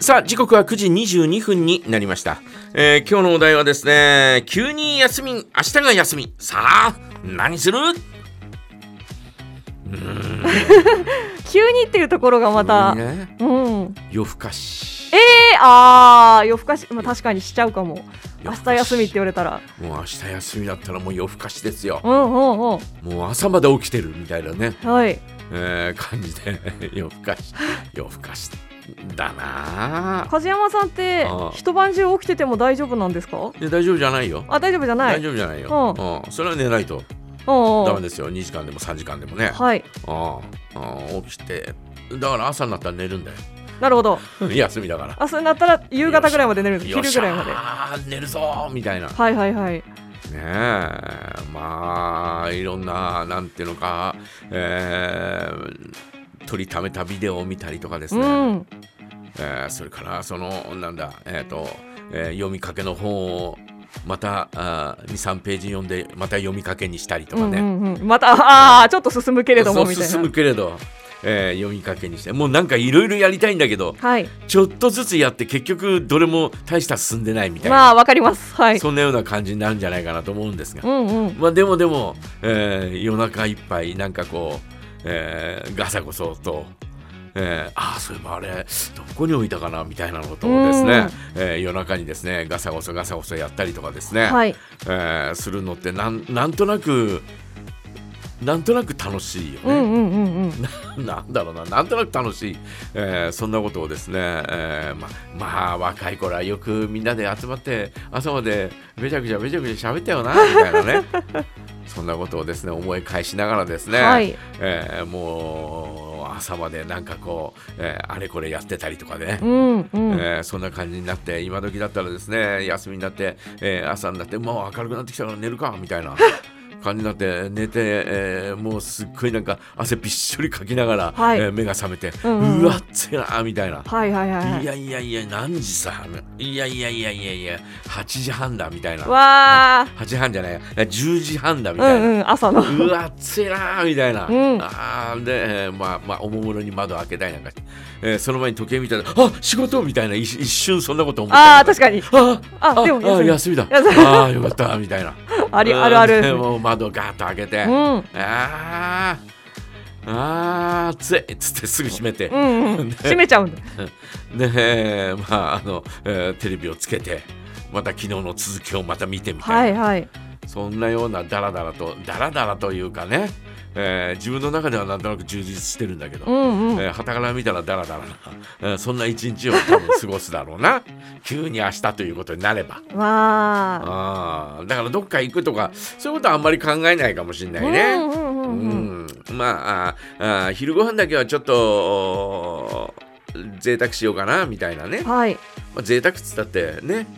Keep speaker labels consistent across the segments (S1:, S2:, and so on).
S1: さあ時刻は9時22分になりました、えー、今日のお題はですね急に休み明日が休みさあ何する
S2: 急にっていうところがまた、
S1: ね、
S2: うん、
S1: 夜更かし
S2: ええー、ああ夜更かし、まあ、確かにしちゃうかも明日休みって言われたら
S1: もう明日休みだったらもう夜更かしですよ、、
S2: うんうんうん
S1: もう朝まで起きてるみたいなね、
S2: はい
S1: えー、感じで 夜更かし夜更かしだな
S2: 梶山さんって一晩中起きてても大丈夫なんですか
S1: いや大丈夫じゃないよ
S2: あ大丈夫じゃない
S1: 大丈夫じゃないよ、うん、それは寝ないとダメですよ2時間でも3時間でもね
S2: はい
S1: ああ起きてだから朝になったら寝るんだよ
S2: なるほど
S1: 休みだから
S2: 朝になったら夕方ぐらいまで寝るんです昼ぐらいまで
S1: ああ寝るぞみたいな
S2: はいはいはい
S1: ねえまあいろんななんていうのかえー、撮りためたビデオを見たりとかですね、うん、えー、それからそのなんだえっ、ー、と、えー、読みかけの本をまた23ページ読んでまた読みかけにしたりとかね、
S2: うんうんうん、またあちょっと進むけれどもみたいな
S1: 進むけれど、えー、読みかけにしてもうなんかいろいろやりたいんだけど、
S2: はい、
S1: ちょっとずつやって結局どれも大した進んでないみたいな
S2: まあわかります、はい、
S1: そんなような感じになるんじゃないかなと思うんですが、
S2: うんうん、
S1: まあ、でもでも、えー、夜中いっぱいなんかこう、えー、ガサゴソとえー、ああそういえばあれどこに置いたかなみたいなことをですね、えー、夜中にですねガサゴソガサゴソやったりとかですね、
S2: はい、
S1: えー、するのってなんなんとなくなんとなく楽しいよね、
S2: うんうん
S1: うん、 なんだろうななんとなく楽しい、えー、そんなことをですね、えー、ままあ若い頃はよくみんなで集まって朝までべちゃくちゃべちゃくちゃ喋ったよなみたいな ねそんなことをですね思い返しながらですね、
S2: はい、
S1: えー、もう朝までなんかこう、えー、あれこれやってたりとかね、
S2: うんうん、
S1: えー、そんな感じになって今時だったらですね休みになって、えー、朝になってもう明るくなってきたから寝るかみたい な。感じになって寝て、えー、もうすっごいなんか汗びっしょりかきながら、
S2: はい、
S1: えー、目が覚めて、
S2: うんうん、
S1: わっつやなみたいな、
S2: はいはいはい、はい、
S1: いやいやいや何時さいやいやいやいやいや8時半だみたいな
S2: わ
S1: 8時半じゃない10時半 だみたいな、
S2: うんうん、朝の
S1: うわっつやなみたいな、
S2: うん、
S1: あで、えー、まあ、まあ、おもむろに窓開けたいなんか、えー、その前に時計見たらあ仕事みたいな一一瞬そんなこと思った
S2: あ確かに
S1: あ
S2: あでも
S1: あ休みだあよかったみたいな
S2: ありあるある、
S1: ね、もう窓ガーッと開けて、
S2: うん、
S1: ああ暑いっつってすぐ閉めて、
S2: うんうん、閉めちゃうんだ
S1: でまああの、えー、テレビをつけてまた昨日の続きをまた見てみた
S2: いな、はいはい、
S1: そんなようなダラダラとダラダラというかねえー、自分の中ではなんとなく充実してるんだけど、
S2: うんうん、
S1: えー、旗から見たらダラダラな、えー、そんな一日を多分過ごすだろうな 急に明日ということになれば
S2: わ
S1: あだからどっか行くとかそういうことはあんまり考えないかもしれないね。
S2: うん、うん
S1: うん、まああ昼ご飯だけはちょっと贅沢しようかなみたいなね、
S2: はい
S1: まあ、贅沢っつったってね、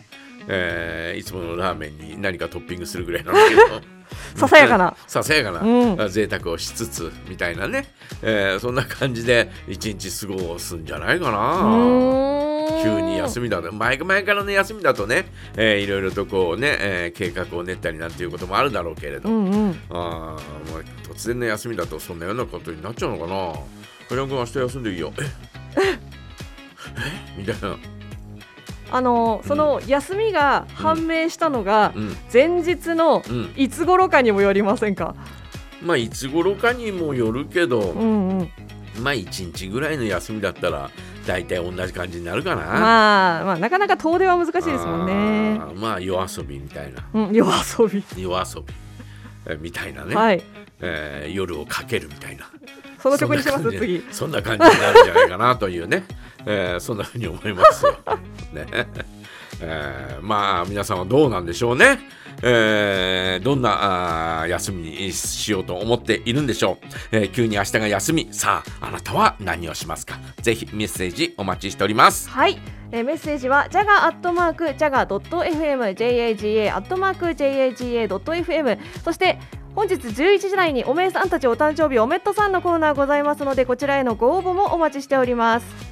S1: えー、いつものラーメンに何かトッピングするぐらいなんだけど。
S2: ささやかな
S1: ささやかな、
S2: うん、
S1: 贅沢をしつつみたいなね、えー、そんな感じで一日過ごすんじゃないかな。急に休みだね前前からの休みだとね、えー、いろいろとこうね、えー、計画を練ったりなんていうこともあるだろうけれど、
S2: うんうん、
S1: あまあ、突然の休みだとそんなようなことになっちゃうのかな狩山君明日休んでいい よええみたいな。
S2: あのその休みが判明したのが、前日のいつ頃かにもよりませんか、
S1: うんうん、まあいつ頃かにもよるけど、
S2: うんうん、
S1: まあ1日ぐらいの休みだったら大体同じ感じになるかな、
S2: まあ、まあなかなか遠出は難しいですもんね
S1: まあ夜遊びみたいな、
S2: うん、夜遊び
S1: 夜遊びみたいなね、
S2: はい
S1: えー、夜をかけるみたいな
S2: その曲にします次
S1: そんな感じになるんじゃないかなというね、えー、そんなふうに思います よ。ねえー、まあ皆さんはどうなんでしょうね。えー、どんなあ休みにしようと思っているんでしょう、えー、急に明日が休みさああなたは何をしますかぜひメッセージお待ちしております
S2: はい、えー、メッセージはジャガアットマークジャガ .fm jaga アットマーク jaga.fm そして本日11時台におめえさんたちお誕生日おめっとさんのコーナーございますのでこちらへのご応募もお待ちしております